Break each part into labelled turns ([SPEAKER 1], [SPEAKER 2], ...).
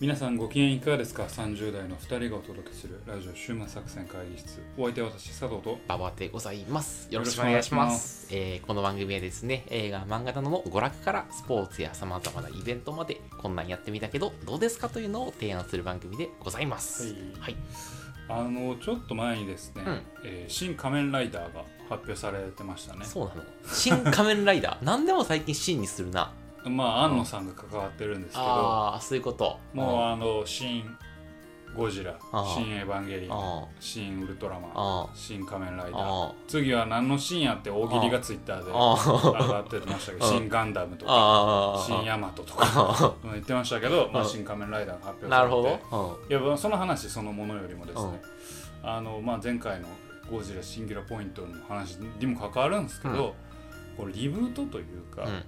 [SPEAKER 1] 皆さんご機嫌いかがですか ?30 代の2人がお届けするラジオ週末作戦会議室。お相手は私、佐藤と。
[SPEAKER 2] 馬場でございます。よろしくお願いします。えーこの番組はですね、映画、漫画などの娯楽からスポーツやさまざまなイベントまで、こんなんやってみたけど、どうですかというのを提案する番組でございます。
[SPEAKER 1] はい
[SPEAKER 2] はい。
[SPEAKER 1] あの、ちょっと前にですね、
[SPEAKER 2] うん
[SPEAKER 1] えー新仮面ライダーが発表されてましたね。
[SPEAKER 2] そうなの。新仮面ライダー。 何でも最近新にするな。
[SPEAKER 1] まあ、庵野さんが関わってるんですけど、
[SPEAKER 2] ああ、そういうこと。
[SPEAKER 1] もう
[SPEAKER 2] あ
[SPEAKER 1] あの、新ゴジラ
[SPEAKER 2] あ、ー
[SPEAKER 1] 新エヴァンゲリオン、
[SPEAKER 2] あ
[SPEAKER 1] 新ウルトラ
[SPEAKER 2] ー、
[SPEAKER 1] マン、
[SPEAKER 2] あ
[SPEAKER 1] 新仮面ライ
[SPEAKER 2] ー、
[SPEAKER 1] ダー。
[SPEAKER 2] あ
[SPEAKER 1] 次は何のシーンやって大喜利がツイッターで
[SPEAKER 2] ー、
[SPEAKER 1] 上
[SPEAKER 2] あー、
[SPEAKER 1] がってま したけど、
[SPEAKER 2] あー
[SPEAKER 1] 新ガンダムとか、
[SPEAKER 2] あー、
[SPEAKER 1] 新
[SPEAKER 2] あー
[SPEAKER 1] ヤマトとか。
[SPEAKER 2] あ
[SPEAKER 1] 言ってましたけど、まあ、
[SPEAKER 2] うん
[SPEAKER 1] 新仮面ライダーが発
[SPEAKER 2] ー、
[SPEAKER 1] 表されて
[SPEAKER 2] なるほど。
[SPEAKER 1] いやまあその話そのものよりもですね、あのまあ、前回の「ゴジラシンギュラポイント」の話にも関わるんですけど、こうリブートというか、
[SPEAKER 2] うん、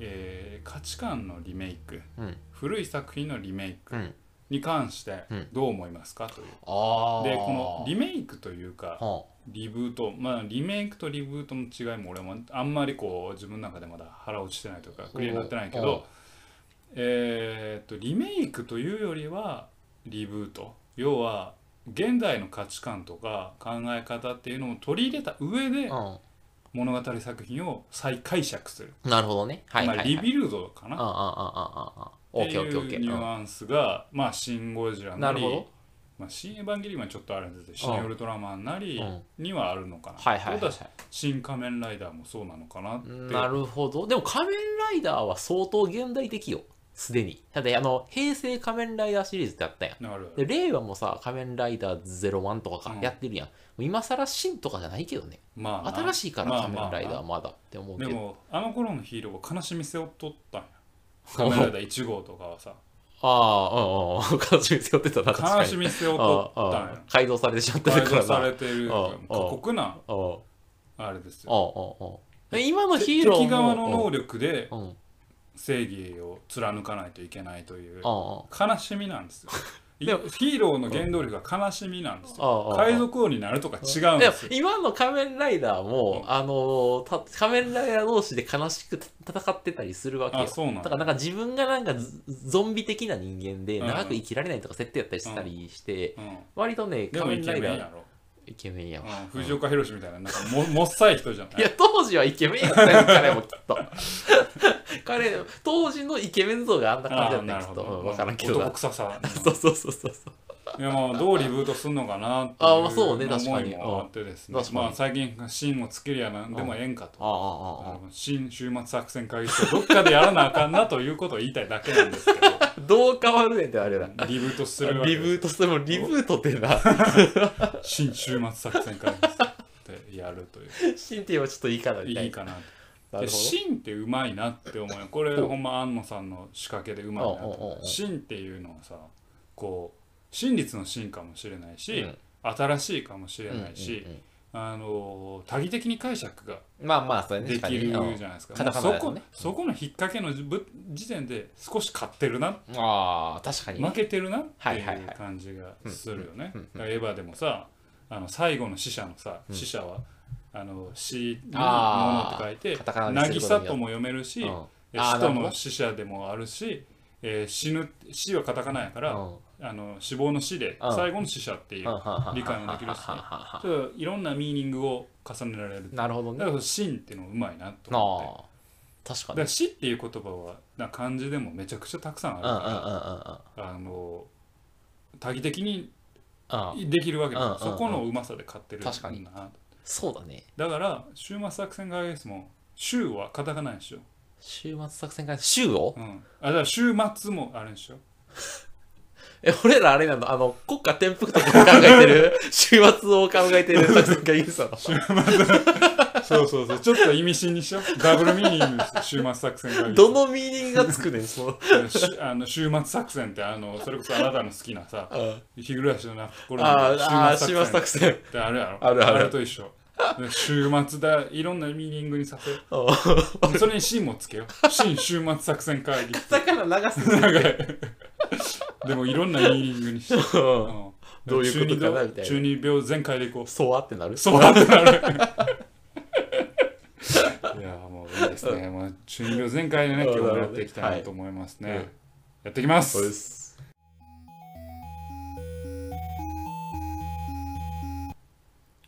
[SPEAKER 1] えー価値観のリメイク
[SPEAKER 2] うん、うん、
[SPEAKER 1] 古い作品のリメイ
[SPEAKER 2] う
[SPEAKER 1] ク
[SPEAKER 2] ん。
[SPEAKER 1] に関して
[SPEAKER 2] うん
[SPEAKER 1] どう思いますかという。
[SPEAKER 2] ああ。
[SPEAKER 1] でこのリメイクというか
[SPEAKER 2] は
[SPEAKER 1] リブートまあリメイクとリブートの違いも俺もあんまりこう自分の中でまだ腹落ちてないというかクリアになってないけど、えーっとリメイクというよりはリブート要は現代の価値観とか考え方っていうのを取り入れた上で
[SPEAKER 2] あ。うん
[SPEAKER 1] 物語作品を再解釈する、
[SPEAKER 2] なるほどね。はいはい、
[SPEAKER 1] ま
[SPEAKER 2] は
[SPEAKER 1] あ、
[SPEAKER 2] い。
[SPEAKER 1] リビルドか
[SPEAKER 2] ああ
[SPEAKER 1] なっ
[SPEAKER 2] ああああ
[SPEAKER 1] て
[SPEAKER 2] あオー
[SPEAKER 1] い
[SPEAKER 2] ケーオーケーオーケ
[SPEAKER 1] うニュ
[SPEAKER 2] ー。
[SPEAKER 1] アンスがまあ「シン・ゴジラ」な
[SPEAKER 2] なる
[SPEAKER 1] り
[SPEAKER 2] ほど。
[SPEAKER 1] まあ、新エヴァンゲリオンはちょっとあるんですけど
[SPEAKER 2] うん
[SPEAKER 1] 新ウルトラマン」なり
[SPEAKER 2] うん
[SPEAKER 1] にはあるのかな、
[SPEAKER 2] はいはい
[SPEAKER 1] っ
[SPEAKER 2] は
[SPEAKER 1] て
[SPEAKER 2] い
[SPEAKER 1] こと
[SPEAKER 2] は
[SPEAKER 1] は新仮面ライダーもそうなのかなって
[SPEAKER 2] い。なるほど。でも仮面ライダーは相当現代的よ。すでに。だってあの、平成仮面ライダーシリーズってあったやん。
[SPEAKER 1] なる
[SPEAKER 2] で、令和もさ、仮面ライダー01とか
[SPEAKER 1] う
[SPEAKER 2] か
[SPEAKER 1] ん
[SPEAKER 2] やってるやん。今更新とかじゃないけどね。
[SPEAKER 1] まあな
[SPEAKER 2] 新しいから
[SPEAKER 1] まあ
[SPEAKER 2] 仮面ライダー
[SPEAKER 1] まあ
[SPEAKER 2] はまだって思うけ
[SPEAKER 1] で
[SPEAKER 2] ど。
[SPEAKER 1] もあの頃のヒーローは悲しみ背負っと ったんや仮面ライダー1号とかはさ
[SPEAKER 2] ああ、うんうん。悲しみ背負ってたな、確かに。
[SPEAKER 1] 悲しみ背負っと
[SPEAKER 2] あ
[SPEAKER 1] っ
[SPEAKER 2] あ
[SPEAKER 1] た
[SPEAKER 2] あ
[SPEAKER 1] ん
[SPEAKER 2] あ
[SPEAKER 1] や
[SPEAKER 2] 改造されてしまって
[SPEAKER 1] 改
[SPEAKER 2] るから
[SPEAKER 1] 造
[SPEAKER 2] な。
[SPEAKER 1] されてる
[SPEAKER 2] ああ
[SPEAKER 1] 過酷な
[SPEAKER 2] ああ
[SPEAKER 1] あれです
[SPEAKER 2] ああ
[SPEAKER 1] よ
[SPEAKER 2] ああで今のヒーローも。
[SPEAKER 1] 敵側の能力で
[SPEAKER 2] うん。うん
[SPEAKER 1] 正義を貫かないといけないという
[SPEAKER 2] ああ。
[SPEAKER 1] 悲しみなんですよ
[SPEAKER 2] でも
[SPEAKER 1] ヒーローの原動力が悲しみなんですよ
[SPEAKER 2] ああ
[SPEAKER 1] 海賊王になるとか違うん
[SPEAKER 2] いや
[SPEAKER 1] ですよ
[SPEAKER 2] 今の仮面ライダーも、
[SPEAKER 1] う
[SPEAKER 2] あのーた仮面ライダー同士で悲しく戦ってたりするわけ
[SPEAKER 1] あ
[SPEAKER 2] よ。
[SPEAKER 1] そうなん
[SPEAKER 2] だか
[SPEAKER 1] だ
[SPEAKER 2] らなんか自分がなんかゾゾンビ的な人間で
[SPEAKER 1] うん
[SPEAKER 2] 長く生きられないとか設定やったりしたりして、
[SPEAKER 1] うん
[SPEAKER 2] 割とね、
[SPEAKER 1] でも
[SPEAKER 2] 仮
[SPEAKER 1] イ
[SPEAKER 2] 面
[SPEAKER 1] ケ
[SPEAKER 2] ライ
[SPEAKER 1] メ
[SPEAKER 2] ダ
[SPEAKER 1] ン
[SPEAKER 2] ー
[SPEAKER 1] やろ
[SPEAKER 2] イケメンやわ。
[SPEAKER 1] うん藤岡弘みたいななんか ももっさい人じゃない
[SPEAKER 2] いや、当時はイケメンやったよ、彼もきっと。 彼、当時のイケメン像があんな感じだ
[SPEAKER 1] あ
[SPEAKER 2] っ
[SPEAKER 1] あな
[SPEAKER 2] た
[SPEAKER 1] る
[SPEAKER 2] よ、
[SPEAKER 1] ほ
[SPEAKER 2] きっと。
[SPEAKER 1] ど
[SPEAKER 2] うんわからんけど
[SPEAKER 1] 男
[SPEAKER 2] な。
[SPEAKER 1] 臭さ
[SPEAKER 2] そうそうそうそうそう。
[SPEAKER 1] いやまあどうリブートすんのかなっていう
[SPEAKER 2] あまあそうね確かに
[SPEAKER 1] 思いもあってですね
[SPEAKER 2] うん確かに
[SPEAKER 1] まあ最近芯をつけりゃなんでもええんかと
[SPEAKER 2] ああ、ああ、あ
[SPEAKER 1] 新週末作戦会議室をどっかでやらなあかんなということを言いたいだけなんですけど
[SPEAKER 2] あ。どう変わるねん ってあれだ。
[SPEAKER 1] リブートするわけ
[SPEAKER 2] リ
[SPEAKER 1] で
[SPEAKER 2] ブ
[SPEAKER 1] す
[SPEAKER 2] ートしても、リブートってな。
[SPEAKER 1] 新週末作戦会議室でやる という
[SPEAKER 2] シンティはちょっといいかなみたいな。
[SPEAKER 1] いいかな
[SPEAKER 2] な
[SPEAKER 1] で
[SPEAKER 2] るほど。
[SPEAKER 1] 芯ってうまいなって思うよこれ
[SPEAKER 2] お
[SPEAKER 1] ほんま安野さんの仕掛けでうまいなと
[SPEAKER 2] おうおう
[SPEAKER 1] 思
[SPEAKER 2] おう
[SPEAKER 1] う芯っていうのはさこう真実の芯かもしれないし、
[SPEAKER 2] うん
[SPEAKER 1] 新しいかもしれないし、
[SPEAKER 2] うんうんうん
[SPEAKER 1] あの多義的に解釈が
[SPEAKER 2] まあまあ、それね。
[SPEAKER 1] できるじゃないですか、
[SPEAKER 2] カ
[SPEAKER 1] もう
[SPEAKER 2] タカナ
[SPEAKER 1] そ
[SPEAKER 2] だと
[SPEAKER 1] こ
[SPEAKER 2] ね
[SPEAKER 1] そこの引っ掛けのじぶ時点で少し勝ってるな
[SPEAKER 2] うんああ、確かに。
[SPEAKER 1] 負けてるなって
[SPEAKER 2] はいいはいは
[SPEAKER 1] う
[SPEAKER 2] い
[SPEAKER 1] 感じがするよね
[SPEAKER 2] うんうんう
[SPEAKER 1] だ
[SPEAKER 2] ん
[SPEAKER 1] からエヴァでもさあの最後の死者のさ
[SPEAKER 2] うん
[SPEAKER 1] 死者はあの死にもの
[SPEAKER 2] あー
[SPEAKER 1] と書いて
[SPEAKER 2] カタカナにするこ
[SPEAKER 1] 渚
[SPEAKER 2] とに
[SPEAKER 1] と
[SPEAKER 2] よって
[SPEAKER 1] も読めるし
[SPEAKER 2] うん
[SPEAKER 1] え
[SPEAKER 2] あー
[SPEAKER 1] 死と
[SPEAKER 2] なるほ
[SPEAKER 1] の
[SPEAKER 2] ど
[SPEAKER 1] 死者でもあるし、えー死ぬ死はカタカナやから、
[SPEAKER 2] うん
[SPEAKER 1] あの死亡の死で
[SPEAKER 2] うん
[SPEAKER 1] 最後の死者っていう、理解もできるしね
[SPEAKER 2] はははは
[SPEAKER 1] ちょっといろんなミーニングを重ねられるだ
[SPEAKER 2] なるほどね。
[SPEAKER 1] から真っていうのうまいなと思
[SPEAKER 2] ああ。確
[SPEAKER 1] ってだ
[SPEAKER 2] か
[SPEAKER 1] か
[SPEAKER 2] に。
[SPEAKER 1] ら死っていう言葉はな漢字でもめちゃくちゃたくさんあ
[SPEAKER 2] う
[SPEAKER 1] る
[SPEAKER 2] んうんうんうん
[SPEAKER 1] から、あの多義的に
[SPEAKER 2] うんうん。
[SPEAKER 1] できるわけだ、
[SPEAKER 2] うんうんうん
[SPEAKER 1] そこのうまさで勝ってる
[SPEAKER 2] 確かに
[SPEAKER 1] な
[SPEAKER 2] そうだね。
[SPEAKER 1] だから終末作戦会議室も週はカタカナにしよ
[SPEAKER 2] 週末作戦会、週を
[SPEAKER 1] う、うん、あだから週末もあれにしよう
[SPEAKER 2] え、俺らあれなのあの、国家転覆とかを考えてる 週末を考えてる作戦会議室なの
[SPEAKER 1] そうそうそう、ちょっと意味深にしよう。ダブルミーニングです、週末作戦が。
[SPEAKER 2] どのミーニングがつくねん、その。
[SPEAKER 1] しあの週末作戦って、あの、それこ そあなたの好きなさ、
[SPEAKER 2] あ
[SPEAKER 1] 日暮らしのな頃
[SPEAKER 2] あ
[SPEAKER 1] の
[SPEAKER 2] ああ、週末作
[SPEAKER 1] っ
[SPEAKER 2] 戦。
[SPEAKER 1] てあるやろ。
[SPEAKER 2] あるある
[SPEAKER 1] と一緒。で週末だ、いろんなミーニングにさせよ
[SPEAKER 2] うん
[SPEAKER 1] う。それにシーンもつけよう。シーン週末作戦会議。
[SPEAKER 2] だ から長すぎる。
[SPEAKER 1] 長い。でもいろんなミーニングにして。うんど
[SPEAKER 2] どういうことかなみたいな
[SPEAKER 1] 中二病全開でいこう。
[SPEAKER 2] そうあってなる
[SPEAKER 1] そう なってなる。いやもういいです ね。まあ中二病全開でね、
[SPEAKER 2] うん
[SPEAKER 1] 今日もやっていきたいなと思います
[SPEAKER 2] なる
[SPEAKER 1] ね
[SPEAKER 2] ほどね。
[SPEAKER 1] やっていきま。
[SPEAKER 2] そうですす。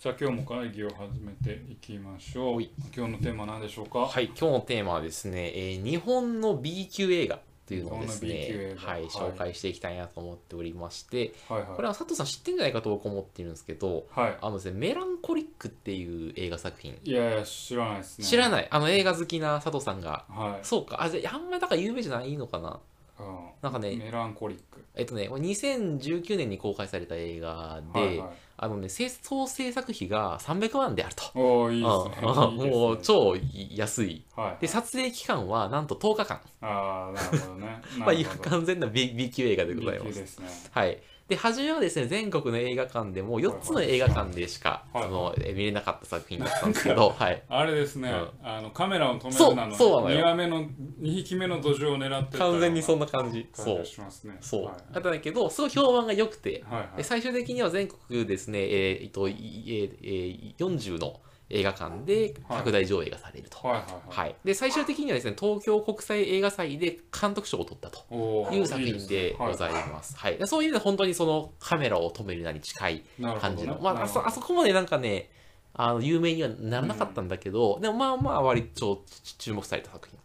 [SPEAKER 1] じゃあ今日も会議を始めていきましょう。
[SPEAKER 2] はい
[SPEAKER 1] 今日のテーマは何でしょうか。
[SPEAKER 2] はい、今日のテーマはですね、えー日本の B 級映画というのをです
[SPEAKER 1] 日本の B 級
[SPEAKER 2] ね
[SPEAKER 1] 映、画
[SPEAKER 2] はい、
[SPEAKER 1] はい
[SPEAKER 2] 紹介していきたいなと思っておりまして、
[SPEAKER 1] はい
[SPEAKER 2] これは佐藤さん知ってんじゃないかと僕思ってるんですけど、
[SPEAKER 1] はい。は
[SPEAKER 2] あのですね、メランコリックっていう映画作品、
[SPEAKER 1] い。いやいや知らないですね。
[SPEAKER 2] 知ら
[SPEAKER 1] い。
[SPEAKER 2] ない、あの映画好きな佐藤さんが、
[SPEAKER 1] はい。
[SPEAKER 2] そうか、あ、じゃああんまりだから有名じゃないのかな。
[SPEAKER 1] うん
[SPEAKER 2] なんかね、
[SPEAKER 1] メランコリック。
[SPEAKER 2] えっとね、これ2019年に公開された映画で、
[SPEAKER 1] はいはい、
[SPEAKER 2] あのね、制総制作費が300万であると。
[SPEAKER 1] おおいいですね。
[SPEAKER 2] あ あ
[SPEAKER 1] いいですね
[SPEAKER 2] もう超安い。
[SPEAKER 1] はい、はい。
[SPEAKER 2] で、撮影期間はなんと10日間。
[SPEAKER 1] ああ、なるほどね。
[SPEAKER 2] ま
[SPEAKER 1] な
[SPEAKER 2] あ、
[SPEAKER 1] る
[SPEAKER 2] い
[SPEAKER 1] ほど
[SPEAKER 2] 完全な B, B 級映画でござい
[SPEAKER 1] 人
[SPEAKER 2] ま
[SPEAKER 1] 気
[SPEAKER 2] す。
[SPEAKER 1] ですね。
[SPEAKER 2] はい。で、初めはですね、全国の映画館でも4つの映画館でしか、
[SPEAKER 1] はいはい
[SPEAKER 2] あのえ見れなかった作品だったんですけど、はい。
[SPEAKER 1] あれですね、
[SPEAKER 2] うん
[SPEAKER 1] あのカメラを止め
[SPEAKER 2] そう
[SPEAKER 1] るなの
[SPEAKER 2] そうなのよ
[SPEAKER 1] 2話目の2匹目の土壌を狙ってたよう
[SPEAKER 2] 完
[SPEAKER 1] な
[SPEAKER 2] 全にそんな感じ。そ
[SPEAKER 1] 感じ
[SPEAKER 2] う
[SPEAKER 1] が。しますね。
[SPEAKER 2] そう。
[SPEAKER 1] はい
[SPEAKER 2] だったんだけど、すごい評判が良くて、
[SPEAKER 1] はいはい
[SPEAKER 2] で最終的には全国ですね、えーえっといえーえー40の映画館で拡大上映がされると。
[SPEAKER 1] はいはいはい。
[SPEAKER 2] はい、で最終的にはですね東京国際映画祭で監督賞を取ったと
[SPEAKER 1] おー
[SPEAKER 2] いう作
[SPEAKER 1] いい
[SPEAKER 2] 品
[SPEAKER 1] すね
[SPEAKER 2] でございます。はいでそういう意味で本当にそのカメラを止めるなに近い
[SPEAKER 1] なるほど
[SPEAKER 2] 感
[SPEAKER 1] ね
[SPEAKER 2] じの、まあ、あそあそこまでなんかねあの有名にはならなかったんだけど、でもまあまあ割とち注目された作品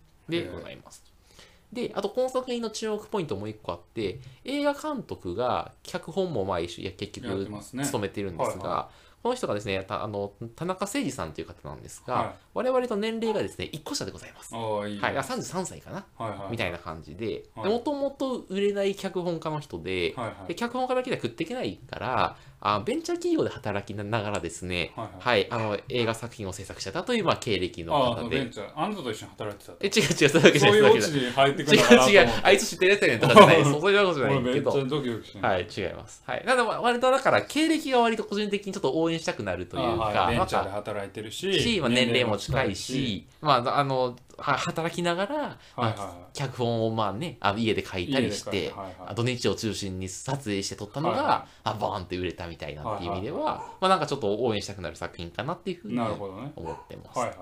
[SPEAKER 2] でございます。であとこの作品の注目ポイントもう一個あって映画監督が脚本もまあ一緒いや結
[SPEAKER 1] やって
[SPEAKER 2] 局
[SPEAKER 1] ますね
[SPEAKER 2] 務めてるんですが、
[SPEAKER 1] はい
[SPEAKER 2] この人がですねたあの田中誠二さんという方なんですが、
[SPEAKER 1] は
[SPEAKER 2] 我々と年齢がですね1個下でございます。
[SPEAKER 1] い、おーいい、
[SPEAKER 2] はい、あ33歳かな、
[SPEAKER 1] はいはい、
[SPEAKER 2] みたいな感じで、
[SPEAKER 1] はい
[SPEAKER 2] もともと売れない脚本家の人で、
[SPEAKER 1] はいはい
[SPEAKER 2] で脚本家だけでは食っていけないからあ、ベンチャー企業で働きながらですね、
[SPEAKER 1] はい
[SPEAKER 2] はい、あの映画作品を制作してたという、まあ、経歴の
[SPEAKER 1] ああ
[SPEAKER 2] 方
[SPEAKER 1] のベン
[SPEAKER 2] で。
[SPEAKER 1] チャーあんたと一緒に働いてた
[SPEAKER 2] え違う違う、そういうわけじゃ
[SPEAKER 1] そううオ
[SPEAKER 2] ないい、そういうわけ
[SPEAKER 1] チ
[SPEAKER 2] じ
[SPEAKER 1] に入ってくるの
[SPEAKER 2] ゃ
[SPEAKER 1] か
[SPEAKER 2] な。
[SPEAKER 1] ないと
[SPEAKER 2] 違う違う
[SPEAKER 1] 思っ、
[SPEAKER 2] あいつ知ってるやつやねんとかじ ゃない、そうそういうことじゃない
[SPEAKER 1] て
[SPEAKER 2] け
[SPEAKER 1] めっちゃ
[SPEAKER 2] ど、
[SPEAKER 1] ドキドキしてる
[SPEAKER 2] はい、違います。はい、なので、割とだから、経歴が割と個人的にちょっと応援したくなるというか、
[SPEAKER 1] あはいベ
[SPEAKER 2] な
[SPEAKER 1] ン
[SPEAKER 2] ん
[SPEAKER 1] チャー
[SPEAKER 2] か
[SPEAKER 1] で働いてる
[SPEAKER 2] し、
[SPEAKER 1] し
[SPEAKER 2] まあ、年齢も近いし、まあ、あの、は働きながら、
[SPEAKER 1] はい
[SPEAKER 2] ま
[SPEAKER 1] はい
[SPEAKER 2] あ、脚本をまあね、あの家で書いたりし
[SPEAKER 1] 家で書い
[SPEAKER 2] て
[SPEAKER 1] てはいはい、
[SPEAKER 2] あ土日を中心に撮影して撮ったの
[SPEAKER 1] はい
[SPEAKER 2] が
[SPEAKER 1] は、
[SPEAKER 2] あバーンって売れたみたいなっていう意味では、まあなんかちょっと応援したくなる作品かなっていうふうに
[SPEAKER 1] なるほ
[SPEAKER 2] 思
[SPEAKER 1] どね
[SPEAKER 2] ってます。
[SPEAKER 1] はいはい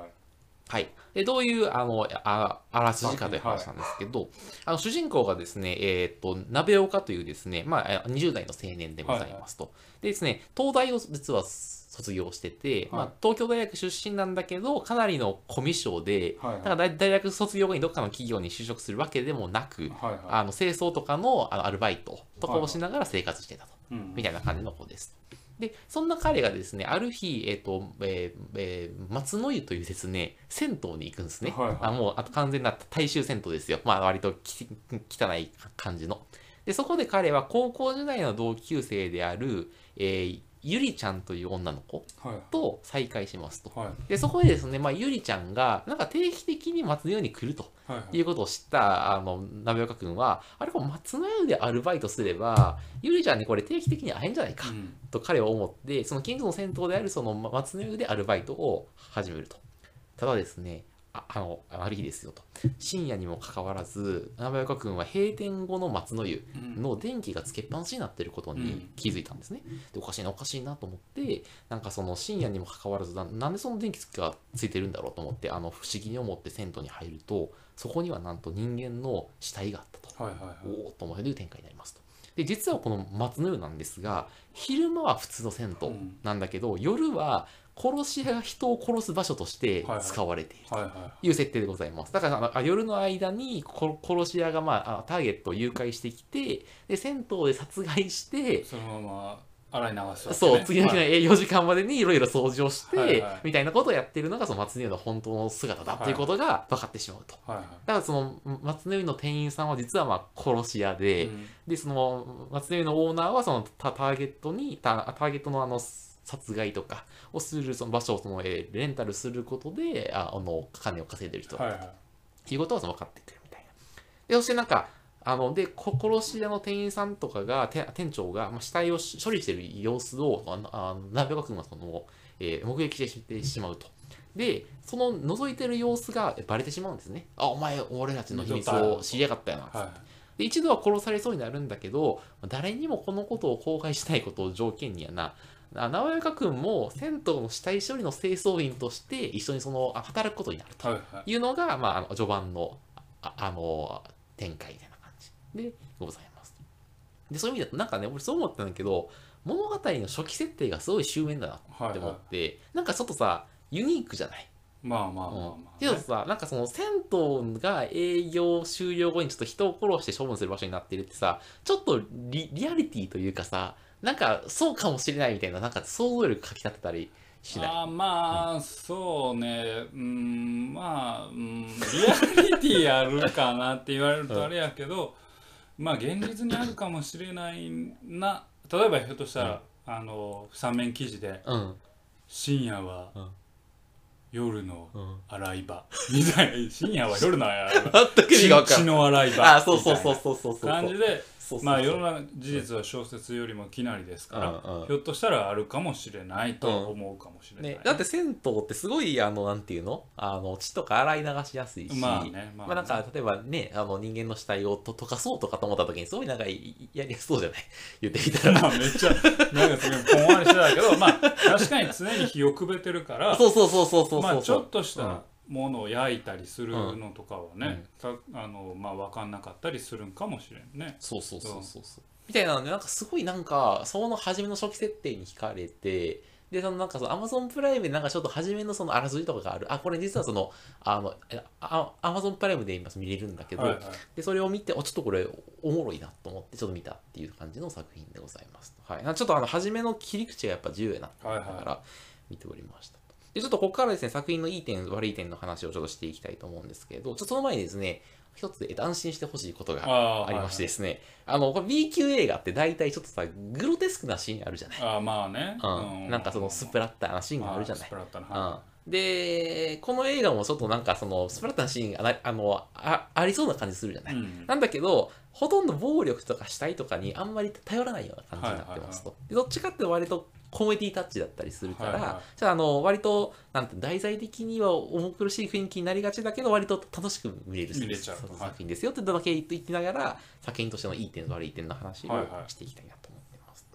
[SPEAKER 2] はい、でどういうあのああらすじかという話なんですけど、あの主人公がですね、えー、と鍋岡というですね、まあ、あ20代の青年でございますと。でですね、東大を実は卒業してて、ま
[SPEAKER 1] は
[SPEAKER 2] あ
[SPEAKER 1] い、
[SPEAKER 2] 東京大学出身なんだけどかなりのコミュ障で、
[SPEAKER 1] はいはい
[SPEAKER 2] なんか大大学卒業後にどっかの企業に就職するわけでもなく、
[SPEAKER 1] はいはい
[SPEAKER 2] あの清掃とかのあのアルバイトとかをしながら生活してたと。
[SPEAKER 1] うん
[SPEAKER 2] みたいな感じの子です。で、そんな彼がですね、ある日、えっ、と、えーえー松の湯というですね、銭湯に行くんですね。
[SPEAKER 1] はいはい
[SPEAKER 2] あもうあと完全な大衆銭湯ですよ。まあ、割とき汚い感じの。で、そこで彼は高校時代の同級生である、えーゆりちゃんという女の子
[SPEAKER 1] はい
[SPEAKER 2] と再会しますと。
[SPEAKER 1] はい
[SPEAKER 2] で、そこでですね、まあ、ゆりちゃんが、なんか定期的に松の湯に来ると。
[SPEAKER 1] はいはい
[SPEAKER 2] いうことを知ったあの鍋岡君はあれこれ松の湯でアルバイトすればゆりちゃんにこれ定期的に会えんじゃないか
[SPEAKER 1] うん
[SPEAKER 2] と彼は思ってその近所の銭湯であるその松の湯でアルバイトを始めるとただですねああのある日ですよと深夜にもかかわらず鍋岡君は閉店後の松の湯
[SPEAKER 1] うん
[SPEAKER 2] の電気がつけっぱなしになってることに気づいたんですね、でおかしいなおかしいなと思ってなんかその深夜にもかかわらずななんでその電気がついてるんだろうと思ってあの不思議に思って銭湯に入るとそこにはなんと人間の死体があったと
[SPEAKER 1] はいはいはい
[SPEAKER 2] おおと思える展開になりますと。で実はこの松の湯なんですが昼間は普通の銭湯
[SPEAKER 1] うん
[SPEAKER 2] なんだけど、夜は殺し屋が人を殺す場所として
[SPEAKER 1] はいはい
[SPEAKER 2] 使われている
[SPEAKER 1] はいは
[SPEAKER 2] という設定でございます。だからあのあ夜の間にこ殺し屋が、まあ、あターゲットを誘拐してきてで銭湯で殺害して
[SPEAKER 1] いそのまま洗い流すわけね
[SPEAKER 2] そう次の日の
[SPEAKER 1] はい
[SPEAKER 2] 4時間までにいろいろ掃除をして、
[SPEAKER 1] はいはい
[SPEAKER 2] みたいなことをやってるのがその松の湯の本当の姿だっていうことが分かってしまうと。
[SPEAKER 1] はいは
[SPEAKER 2] だからその松の湯の店員さんは実はまあ殺し屋で、
[SPEAKER 1] いうん
[SPEAKER 2] でその松の湯のオーナーはそのタターゲットにタターゲットのあの殺害とかをするその場所をその、えーレンタルすることでああの金を稼いでる人
[SPEAKER 1] はいはい
[SPEAKER 2] っていうことはその分かってくるみたいな。でそしてなんかあのでこ殺し屋の店員さんとかがて店長が、まあ、死体をし処理している様子をあのあの鍋岡君はその、えー目撃してしまうと。でその覗いてる様子がバレてしまうんですね。あお前俺たちの秘密を知りやがったよな
[SPEAKER 1] は
[SPEAKER 2] で一度は殺されそうになるんだけど誰にもこのことを公開しないことを条件にやなな直岡君も銭湯の死体処理の清掃員として一緒にそのあ働くことになると
[SPEAKER 1] いはいはい
[SPEAKER 2] いうのが、まああの、序盤のああの展開みたいな感じでございます。でそういう意味だとなんかね俺そう思ったんだけど物語の初期設定がすごい終焉だなって思って、なんかちょっとさユニークじゃない
[SPEAKER 1] まあまあまあまあ、
[SPEAKER 2] けどさなんかその銭湯が営業終了後にちょっと人を殺して処分する場所になってるってさちょっとリリアリティというかさなんかそうかもしれないみたいななんか想像力かき立てたりしない
[SPEAKER 1] あーまあ、そうねうんまあ、うん、リアリティあるかなって言われるとあれやけど、まあ現実にあるかもしれないな例えばひょっとしたら、あの三面記事で
[SPEAKER 2] うん
[SPEAKER 1] 「深夜は
[SPEAKER 2] うん
[SPEAKER 1] 夜の
[SPEAKER 2] うん
[SPEAKER 1] 洗い場」みたいな「深夜は夜の洗い場」
[SPEAKER 2] 全く意味が分
[SPEAKER 1] 血
[SPEAKER 2] か
[SPEAKER 1] 血
[SPEAKER 2] んない
[SPEAKER 1] の洗い場
[SPEAKER 2] あそうそうそうそうそうそう
[SPEAKER 1] みたいな感じで
[SPEAKER 2] そうそうそう
[SPEAKER 1] まあ世の中事実は小説よりもきなりですから、
[SPEAKER 2] うんうん
[SPEAKER 1] ひょっとしたらあるかもしれないと思うかもしれない、
[SPEAKER 2] ね、だって銭湯ってすごいあのなんていうのあの血とか洗い流しやすいし、
[SPEAKER 1] まあねまあね
[SPEAKER 2] まあなんか例えばねあの人間の死体をと溶かそうとかと思った時にすごいなんかいやりやすそうじゃない言ってみたら
[SPEAKER 1] まあめっちゃなんかすごいぽんわりしてたけどまあ確かに常に火をくべてるから
[SPEAKER 2] そうそうそうそうそうそう、
[SPEAKER 1] まあちょっとし
[SPEAKER 2] うん
[SPEAKER 1] たものを焼いたりするのとかはね、たあのまあ分かんなかったりするんかもしれんね。
[SPEAKER 2] そうそうそうそうそうみたいなのでなんかすごいなんかその初めの初期設定に惹かれてでそのなんかそのアマゾンプライムでなんかちょっと初めのそのあらすじとかがあるあこれ実はそのあのえあアマゾンプライムで今見れるんだけど、
[SPEAKER 1] はいはい
[SPEAKER 2] でそれを見てあちょっとこれおもろいなと思ってちょっと見たっていう感じの作品でございます。はい、なんかちょっとあの初めの切り口がやっぱ重要やなと思った
[SPEAKER 1] はい
[SPEAKER 2] から見ておりました。でちょっとここからですね作品のいい点悪い点の話をちょっとしていきたいと思うんですけどちょっとその前にですね一つえっと安心してほしいことが
[SPEAKER 1] あー
[SPEAKER 2] ありましてですねあのこれ B 級映画って大体ちょっとさグロテスクなシーンあるじゃない、
[SPEAKER 1] ああまあね、
[SPEAKER 2] うん、なんかそのスプラッターなシーンがあるじゃない
[SPEAKER 1] スプラッターなはい
[SPEAKER 2] うんでこの映画もちょっとなんかそのスプラッターのシーンがなあのあありそうな感じするじゃない、
[SPEAKER 1] うん
[SPEAKER 2] なんだけどほとんど暴力とか死体とかにあんまり頼らないような感じになってますと、でどっちかって割とコメディタッチだったりするから、
[SPEAKER 1] はいはい
[SPEAKER 2] じゃああの割となんて題材的には重苦しい雰囲気になりがちだけど割と楽しく見れる
[SPEAKER 1] 見れちゃう
[SPEAKER 2] そう
[SPEAKER 1] はい
[SPEAKER 2] 作品ですよってだけ言ってながら作品としてのいい点と悪い点の話を
[SPEAKER 1] はいはい
[SPEAKER 2] していきたいなと思ってます。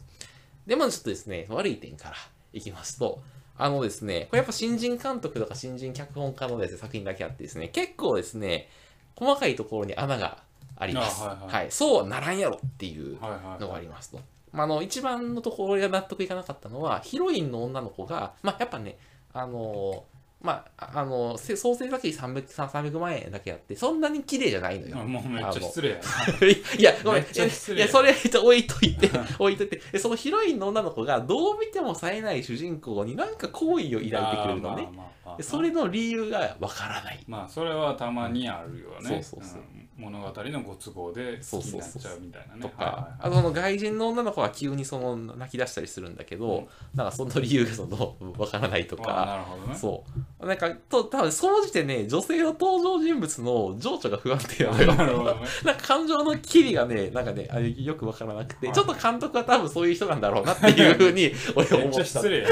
[SPEAKER 2] で、まずちょっとですね、悪い点からいきますと、あのですね、これやっぱ新人監督とか新人脚本家のですね作品だけあってですね、結構ですね、細かいところに穴があります。
[SPEAKER 1] あ
[SPEAKER 2] は
[SPEAKER 1] はいいはい
[SPEAKER 2] そうはならんやろっていう
[SPEAKER 1] はいはい
[SPEAKER 2] のがありますと。まあ、あの一番のところが納得いかなかったのは、ヒロインの女の子が、まあ、やっぱね、あのまあ、あのせ総制作費 300, 300万円だけあって、そんなに綺麗じゃないのよ。
[SPEAKER 1] あもうめっちゃ失礼や
[SPEAKER 2] いや、ごめん。
[SPEAKER 1] めっちゃ失
[SPEAKER 2] い
[SPEAKER 1] 礼
[SPEAKER 2] や、それ置いといて、置いといて。でそのヒロインの女の子が、どう見ても冴えない主人公になんか好意を抱いてくれるのね。
[SPEAKER 1] まあまあまあまあ
[SPEAKER 2] でそれの理由がわからない。
[SPEAKER 1] まあそれはたまにあるよね、
[SPEAKER 2] うんそうそうそうん
[SPEAKER 1] 物語のご都合で
[SPEAKER 2] そ
[SPEAKER 1] 好
[SPEAKER 2] う
[SPEAKER 1] きに
[SPEAKER 2] そう
[SPEAKER 1] なっ
[SPEAKER 2] そう
[SPEAKER 1] ちゃうみたいなね
[SPEAKER 2] と
[SPEAKER 1] はいは
[SPEAKER 2] か、
[SPEAKER 1] いはい
[SPEAKER 2] あとその外人の女の子は急にその泣き出したりするんだけど、なんかその理由がそのわからないと
[SPEAKER 1] あ
[SPEAKER 2] か、
[SPEAKER 1] なるほどね
[SPEAKER 2] そう。なんか、と多分その時点ね、女性の登場人物の情緒が不安定なのよ。
[SPEAKER 1] なるほどね
[SPEAKER 2] なんか感情の機微がね、なんかね、あれよくわからなくて、
[SPEAKER 1] はい
[SPEAKER 2] ちょっと監督は多分そういう人なんだろうなっていうふうに俺は
[SPEAKER 1] めっ
[SPEAKER 2] 思
[SPEAKER 1] ちゃ
[SPEAKER 2] ったっ
[SPEAKER 1] 失礼や、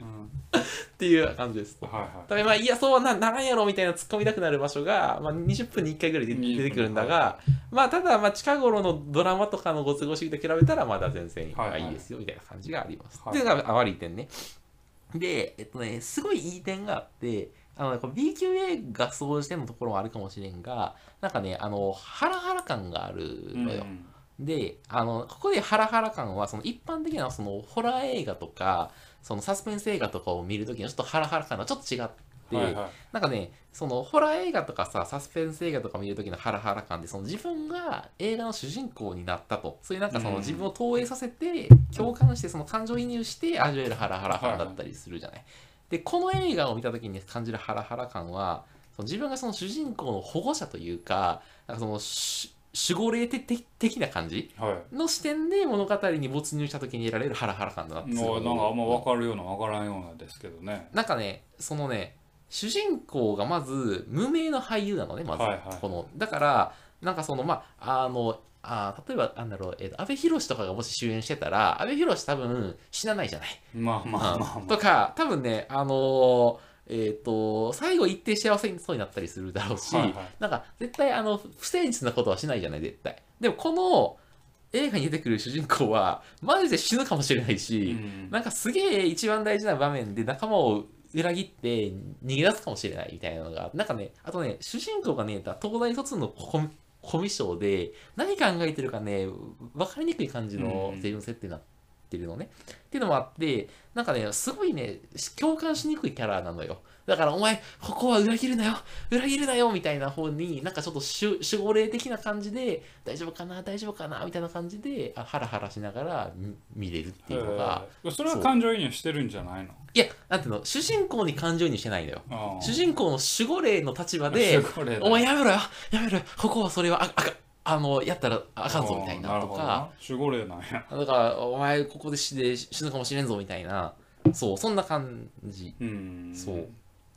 [SPEAKER 1] うん
[SPEAKER 2] ていう感じです。
[SPEAKER 1] はいは
[SPEAKER 2] だからまあ、いや、そうはなならんやろみたいな突っ込みたくなる場所が、まあ、20分に1回ぐらいで
[SPEAKER 1] 20
[SPEAKER 2] 出てくるんだが、まあ、ただ、まあ、近頃のドラマとかのご都合主義と比べたら、まだ全然
[SPEAKER 1] はいはい
[SPEAKER 2] いいですよみたいな感じがあります。
[SPEAKER 1] はい
[SPEAKER 2] というのが悪い点ね。で、えっとね、すごいいい点があって、あのこれ B 級映画総じてのところもあるかもしれんが、なんかね、あの、ハラハラ感がある
[SPEAKER 1] い、う
[SPEAKER 2] のよ。
[SPEAKER 1] ん、
[SPEAKER 2] であのここでハラハラ感はその一般的なそのホラー映画とかそのサスペンス映画とかを見るときのちょっとハラハラ感がちょっと違って、
[SPEAKER 1] はいはい
[SPEAKER 2] なんかねそのホラー映画とかさサスペンス映画とか見るときのハラハラ感でその自分が映画の主人公になったとそういうなんかその
[SPEAKER 1] うん
[SPEAKER 2] 自分を投影させて共感してその感情移入して味わえるハラハラ感だったりするじゃない。でこの映画を見たときに感じるハラハラ感はその自分がその主人公の保護者というかなんかそのし守護霊的的な感じ
[SPEAKER 1] はい
[SPEAKER 2] の視点で物語に没入した時に得られるハラハラ感だなってす
[SPEAKER 1] も
[SPEAKER 2] ご
[SPEAKER 1] う
[SPEAKER 2] い
[SPEAKER 1] なんかあんま
[SPEAKER 2] 思う
[SPEAKER 1] 分かるような分からんようなですけどね。
[SPEAKER 2] なんかね、そのね、主人公がまず無名の俳優なのね、まず。
[SPEAKER 1] はいはい
[SPEAKER 2] このだから、なんかその、まあ、あの、あー例えば、なんだろう、えーと、阿部寛とかがもし主演してたら、阿部寛多分死なないじゃない。
[SPEAKER 1] まあまあまあ
[SPEAKER 2] うん
[SPEAKER 1] ま
[SPEAKER 2] とか、多分ね、あのーえっ、と、最後一定幸せにそうになったりするだろうし、
[SPEAKER 1] はいはい
[SPEAKER 2] なんか、絶対、あの、不誠実なことはしないじゃない、絶対。でも、この映画に出てくる主人公は、マジで死ぬかもしれない
[SPEAKER 1] あ。う
[SPEAKER 2] し、
[SPEAKER 1] ん
[SPEAKER 2] なんかすげえ一番大事な場面で仲間を裏切って逃げ出すかもしれないみたいなのが、なんかね、あとね、主人公がね、東大卒のコココミュ障で何考えてるかね分かりにくい感じの
[SPEAKER 1] うん
[SPEAKER 2] セリフ設定になってるのね、っていうのもあってなんかねすごいね共感しにくいキャラなのよだからお前ここは裏切るなよ裏切るなよみたいな方になんかちょっと守守護霊的な感じで大丈夫かな大丈夫かなみたいな感じであハラハラしながら見見れるっていうのが、
[SPEAKER 1] えーそれは感情移入してるんじゃないの
[SPEAKER 2] いやなんていうの主人公に感情移入してないのよ
[SPEAKER 1] あー
[SPEAKER 2] 主人公の守護霊の立場で
[SPEAKER 1] すごいね
[SPEAKER 2] お前やめろよやめろよここはそれはああかあのやったらあかんぞみたい
[SPEAKER 1] あー
[SPEAKER 2] な
[SPEAKER 1] る
[SPEAKER 2] と
[SPEAKER 1] ほど
[SPEAKER 2] か
[SPEAKER 1] な守護霊なんや
[SPEAKER 2] だからお前ここで死で死ぬかもしれんぞみたいなそうそんな感じ
[SPEAKER 1] うん
[SPEAKER 2] そうだか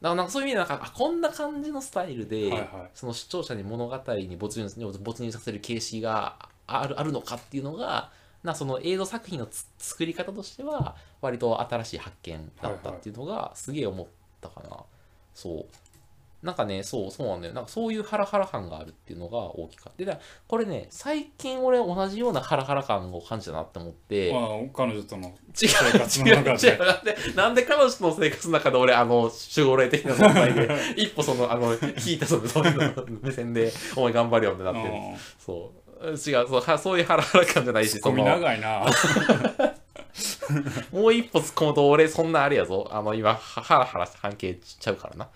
[SPEAKER 2] らなんかそういう意味でなんかあこんな感じのスタイル
[SPEAKER 1] は
[SPEAKER 2] で、
[SPEAKER 1] いはい
[SPEAKER 2] その視聴者に物語に没入没入させる形式があるあるのかっていうのがなその映像作品のつ作り方としては割と新しい発見だったっていうのがすげえ思ったかな、そうなんかねそうそうなんだよなんかそういうハラハラ感があるっていうのが大きかったでだこれね最近俺同じようなハラハラ感を感じたなって思って、
[SPEAKER 1] まあ彼女との
[SPEAKER 2] 違う
[SPEAKER 1] 生活の
[SPEAKER 2] 違う違う
[SPEAKER 1] 中で
[SPEAKER 2] なんでなんで彼女との生活の中で俺あの守護霊的な存 在で一歩そのあの引いたそのそういうの目線でお前頑張るよってなってる
[SPEAKER 1] うん
[SPEAKER 2] そう違うそうはそういうハラハラ感じゃないしそ
[SPEAKER 1] 込み
[SPEAKER 2] の
[SPEAKER 1] 長いな
[SPEAKER 2] もう一歩突っ込むと俺そんなあれやぞあの今はハラハラした関係ちゃうからな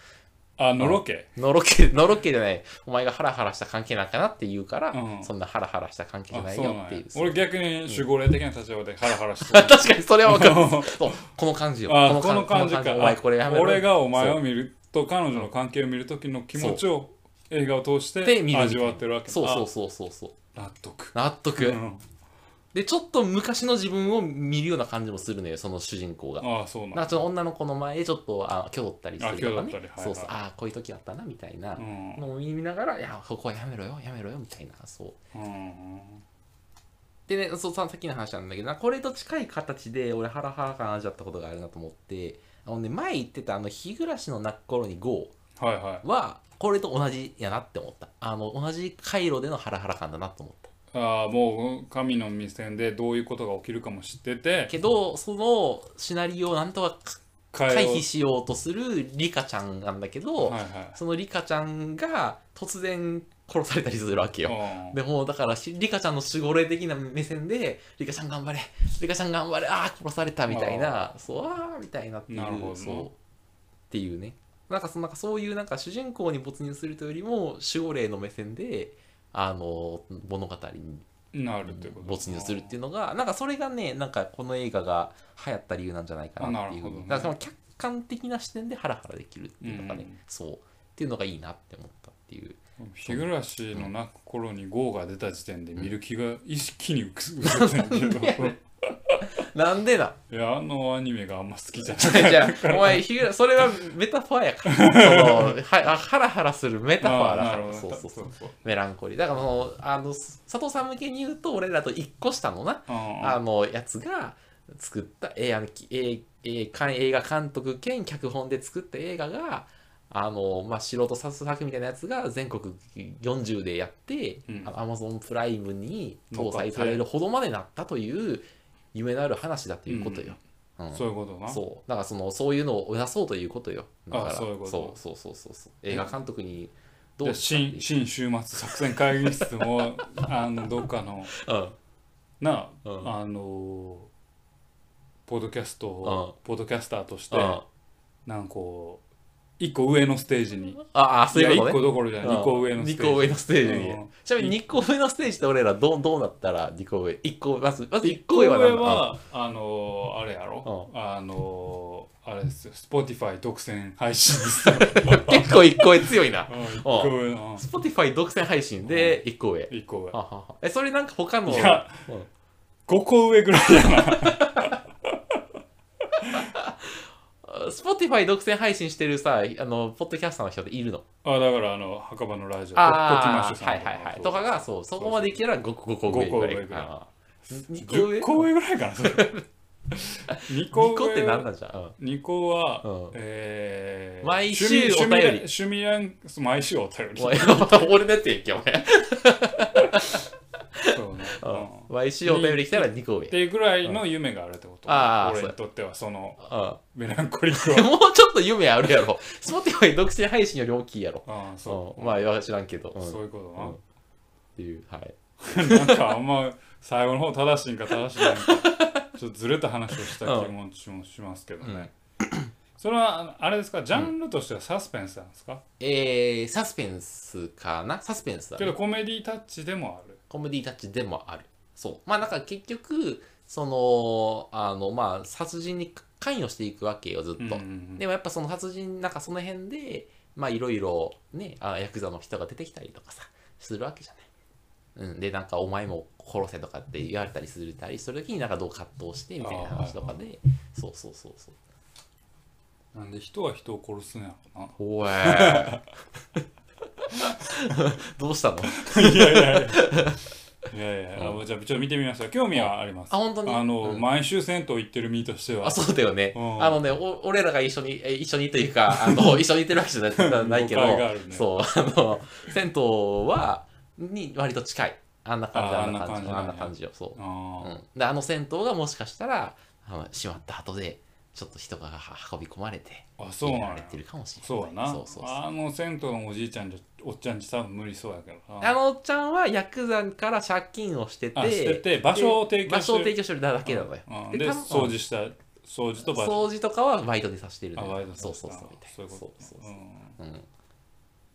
[SPEAKER 1] あのろけ
[SPEAKER 2] のろけ のろけじゃないお前がハラハラした関係なんかなって言うから、
[SPEAKER 1] うん
[SPEAKER 2] そんなハラハラした関係じゃ
[SPEAKER 1] あ
[SPEAKER 2] ない
[SPEAKER 1] そうな
[SPEAKER 2] よ
[SPEAKER 1] んや
[SPEAKER 2] っていうそう
[SPEAKER 1] 俺逆に守護霊的な立場でハラハラしてる
[SPEAKER 2] 確かにそれは分かるそうこの感じよ
[SPEAKER 1] あこの感じ
[SPEAKER 2] こ
[SPEAKER 1] か
[SPEAKER 2] お前これやめろ
[SPEAKER 1] 俺がお前を見ると彼女の関係を見る時の気持ちを映画を通して
[SPEAKER 2] で見るみたいな
[SPEAKER 1] 味わってるわけ
[SPEAKER 2] そうそう
[SPEAKER 1] そ
[SPEAKER 2] そうそうそう
[SPEAKER 1] う納得
[SPEAKER 2] 納得、
[SPEAKER 1] うん
[SPEAKER 2] でちょっと昔の自分を見るような感じもするのよその主人公が
[SPEAKER 1] ああそうなん
[SPEAKER 2] なんかちょっと女の子の前でちょっとあ今日だったりす
[SPEAKER 1] あ
[SPEAKER 2] るとかね
[SPEAKER 1] 挙動ったりはいはい
[SPEAKER 2] そうそうああこういう時あったなみたいな
[SPEAKER 1] うん
[SPEAKER 2] のを見ながらいやここはやめろよやめろよみたいなそう
[SPEAKER 1] うん
[SPEAKER 2] でねそうささっきの話なんだけどなこれと近い形で俺ハラハラ感味わったことがあるなと思ってあのね前言ってたあの日暮らしの泣く頃に GO
[SPEAKER 1] はいはい
[SPEAKER 2] はこれと同じやなって思ったあの同じ回路でのハラハラ感だなと思った
[SPEAKER 1] ああもう神の目線でどういうことが起きるかも知ってて
[SPEAKER 2] けどそのシナリオをなんとか
[SPEAKER 1] 回
[SPEAKER 2] 回避しようとするリカちゃんなんだけど、
[SPEAKER 1] はいはい
[SPEAKER 2] そのリカちゃんが突然殺されたりするわけよ。
[SPEAKER 1] うん
[SPEAKER 2] でもうだからしリカちゃんの守護霊的な目線でリカちゃん頑張れリカちゃん頑張れああ殺されたみたいなそうああみたいなっていう
[SPEAKER 1] なるほどな
[SPEAKER 2] そうっていうねなんかそのなんかそういうなんか主人公に没入するというよりも守護霊の目線であの物語に
[SPEAKER 1] なるってこと
[SPEAKER 2] 没入するっていうのがなんかそれがねなんかこの映画が流行った理由なんじゃないかなっていう
[SPEAKER 1] あなるほどね
[SPEAKER 2] だからその客観的な視点でハラハラできるっていうのがね、
[SPEAKER 1] うん
[SPEAKER 2] そうっていうのがいいなって思ったっていう
[SPEAKER 1] 日暮らしの泣く頃に GO が出た時点で見る気が一気に薄くなったんやけど
[SPEAKER 2] なんでだ
[SPEAKER 1] いやあのアニメがあんま好きじゃない
[SPEAKER 2] じゃあお前ひぐそれはメタファーや からそのはあハラハラするメタファー
[SPEAKER 1] あ
[SPEAKER 2] だか
[SPEAKER 1] あな
[SPEAKER 2] ら
[SPEAKER 1] る
[SPEAKER 2] そ
[SPEAKER 1] ほ
[SPEAKER 2] う
[SPEAKER 1] ど
[SPEAKER 2] そうそう
[SPEAKER 1] そう
[SPEAKER 2] メランコリーだからそのあの佐藤さん向けに言うと俺らと一個下のな
[SPEAKER 1] うん
[SPEAKER 2] あのやつが作ったえーあのきえーえーかん映画監督兼脚本で作った映画があの、まあ、素人殺作みたいなやつが全国40でやって
[SPEAKER 1] うん
[SPEAKER 2] アマゾンプライムに搭載されるほどまでなったという夢のある話だということよ。うん
[SPEAKER 1] そういうことな
[SPEAKER 2] そうだからそのそういうのを出そうということよ。だから
[SPEAKER 1] あそういうこと
[SPEAKER 2] そうそうそうそうそう映画監督にど
[SPEAKER 1] じゃ
[SPEAKER 2] う
[SPEAKER 1] あ
[SPEAKER 2] したっていう
[SPEAKER 1] 新新週末作戦会議室 もあのどっかの
[SPEAKER 2] うん
[SPEAKER 1] なあ、
[SPEAKER 2] うん
[SPEAKER 1] あのポッドキャストを、ポッドキャスターとして、
[SPEAKER 2] うん
[SPEAKER 1] なんかこう一個上のステージに
[SPEAKER 2] ああそういう
[SPEAKER 1] い
[SPEAKER 2] こ
[SPEAKER 1] や
[SPEAKER 2] と
[SPEAKER 1] 一
[SPEAKER 2] ね
[SPEAKER 1] 個。どころじゃない二個上のステージ
[SPEAKER 2] 2個上のステージに
[SPEAKER 1] うん
[SPEAKER 2] ちなみに2個上のステージって俺らどうどうなったら2個上1個まずまず1個
[SPEAKER 1] こ
[SPEAKER 2] 上
[SPEAKER 1] れ
[SPEAKER 2] は何だ
[SPEAKER 1] はあのあれやろ、あのあれですよ Spotify 独占配信 ですよ
[SPEAKER 2] あ結構1個上強いな
[SPEAKER 1] うん一個上の
[SPEAKER 2] Spotify 独占配信で1個上
[SPEAKER 1] 一個上
[SPEAKER 2] はははえそれなんか他の
[SPEAKER 1] いや
[SPEAKER 2] うん
[SPEAKER 1] 五個上ぐらいやな
[SPEAKER 2] あ Spotify 独占配信してるさあのポッドキャスターの人でいるの
[SPEAKER 1] あだからあの墓場のラジオ
[SPEAKER 2] あ
[SPEAKER 1] ポッキマッシュ
[SPEAKER 2] あ
[SPEAKER 1] さ
[SPEAKER 2] は
[SPEAKER 1] ん
[SPEAKER 2] い
[SPEAKER 1] と
[SPEAKER 2] はいはいとかがそうそこまでいけたら 5, 個上
[SPEAKER 1] 五個
[SPEAKER 2] ぐ
[SPEAKER 1] 上
[SPEAKER 2] らい
[SPEAKER 1] ぐらい
[SPEAKER 2] あ2個上
[SPEAKER 1] 10個上ぐらいかなそれ2
[SPEAKER 2] 2個
[SPEAKER 1] 個上
[SPEAKER 2] って何なんじゃんうん
[SPEAKER 1] 二個は、
[SPEAKER 2] うん
[SPEAKER 1] えー
[SPEAKER 2] 毎週
[SPEAKER 1] 趣味
[SPEAKER 2] お便り
[SPEAKER 1] 趣味ラン趣味ランそう毎週お便り
[SPEAKER 2] お前また 俺のやつやんけお前
[SPEAKER 1] そうねう
[SPEAKER 2] う
[SPEAKER 1] んんっ
[SPEAKER 2] 毎週お便り来たら2個上
[SPEAKER 1] ていうぐらいの夢があるってこと、
[SPEAKER 2] うんあー
[SPEAKER 1] 俺にとってはその
[SPEAKER 2] うん
[SPEAKER 1] メランコリック
[SPEAKER 2] でもうちょっと夢あるや ろ。Spotify 独占配信より大きいやろ。
[SPEAKER 1] はあー
[SPEAKER 2] そ
[SPEAKER 1] そう
[SPEAKER 2] まあ、いや知らんけど。うん
[SPEAKER 1] うそういうことな、
[SPEAKER 2] うんっていう、はい、
[SPEAKER 1] なんかあんま最後の方正しいんか正しいんかちょっとずれた話をした気持ちもしますけどね、それはあのあれですかジャンルとしてはサスペンスなんですか、
[SPEAKER 2] えー、サスペンスかなサスペンスだ
[SPEAKER 1] け
[SPEAKER 2] ね
[SPEAKER 1] どコメディタッチでもある
[SPEAKER 2] コメディタッチでもある。そう。まあなんか結局、その、あの、まあ殺人に関与していくわけよ、ずっと。
[SPEAKER 1] うんうんうん
[SPEAKER 2] でもやっぱその殺人、なんかその辺で、まあいろいろね、あヤクザの人が出てきたりとかさ、するわけじゃない。うん、で、なんかお前も殺せとかって言われたりするたり、そる時になんかどう葛藤してみたいな話とかで、そうそうそうそう。
[SPEAKER 1] なんで人は人を殺すんやろ
[SPEAKER 2] おえ どうしたの
[SPEAKER 1] ないやいやいやいやいや、あじゃあちょっと見てみました興味はあります
[SPEAKER 2] あ本当に
[SPEAKER 1] あの、
[SPEAKER 2] うん
[SPEAKER 1] 毎週銭湯行ってる身としては
[SPEAKER 2] あ、そうだよね。
[SPEAKER 1] うん
[SPEAKER 2] あのね、お俺らが一緒に、え一緒にとい うか、あの、一緒にいてるわけじゃないないけど、
[SPEAKER 1] 誤解があるね
[SPEAKER 2] そう、あの、銭湯は、に割と近い。あんな感じ、
[SPEAKER 1] あ
[SPEAKER 2] あんな感
[SPEAKER 1] あん
[SPEAKER 2] じ、
[SPEAKER 1] な感じだね
[SPEAKER 2] あんな感じよ、そう。
[SPEAKER 1] あ
[SPEAKER 2] う
[SPEAKER 1] ー
[SPEAKER 2] ん、で、あの銭湯がもしかしたら、あの閉まった後で、ちょっと人が運び込まれて、
[SPEAKER 1] あそうなん
[SPEAKER 2] や
[SPEAKER 1] や
[SPEAKER 2] られてるかもしれない。
[SPEAKER 1] そうやな
[SPEAKER 2] そうそうそう
[SPEAKER 1] あの銭湯のおじいちゃんじゃおっちゃんち多分無理そうやけどな
[SPEAKER 2] あのおっちゃんはヤクザから借金をして
[SPEAKER 1] あ
[SPEAKER 2] て、
[SPEAKER 1] してて場所を提供してる
[SPEAKER 2] で場所を提供してるだけなのよ。
[SPEAKER 1] うんで
[SPEAKER 2] たま
[SPEAKER 1] 掃除した掃除と場所
[SPEAKER 2] 掃除とかはバイトでさせてるの
[SPEAKER 1] あ
[SPEAKER 2] よ
[SPEAKER 1] バイトさ
[SPEAKER 2] そ
[SPEAKER 1] ん
[SPEAKER 2] うそうそうみたいな。
[SPEAKER 1] そういうこと
[SPEAKER 2] そう
[SPEAKER 1] う
[SPEAKER 2] そうんそう。うん